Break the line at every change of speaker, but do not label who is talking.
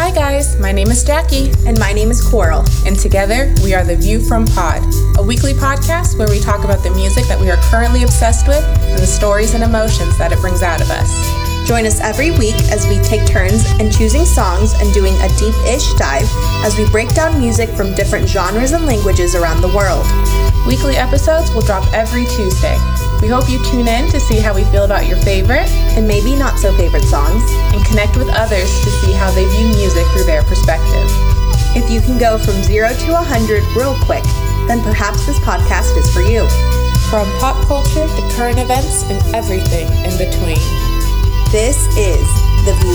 Hi, guys. My name is Jackie,
And my name is Coral.
and together we are The View from Pod, a weekly podcast where we talk about the music that we are currently obsessed with and the stories and emotions that it brings out of us.
Join us every week as we take turns in choosing songs and doing a deep ish dive as we break down music from different genres and languages around the world.
Weekly episodes will drop every Tuesday. We hope you tune in to see how we feel about your favorite
And maybe not so favorite songs.
and connect with others to see how they view music through their perspective.
If you can go from zero to 100 real quick, then perhaps this podcast is for you.
From pop culture to current events and everything in between.
This is The View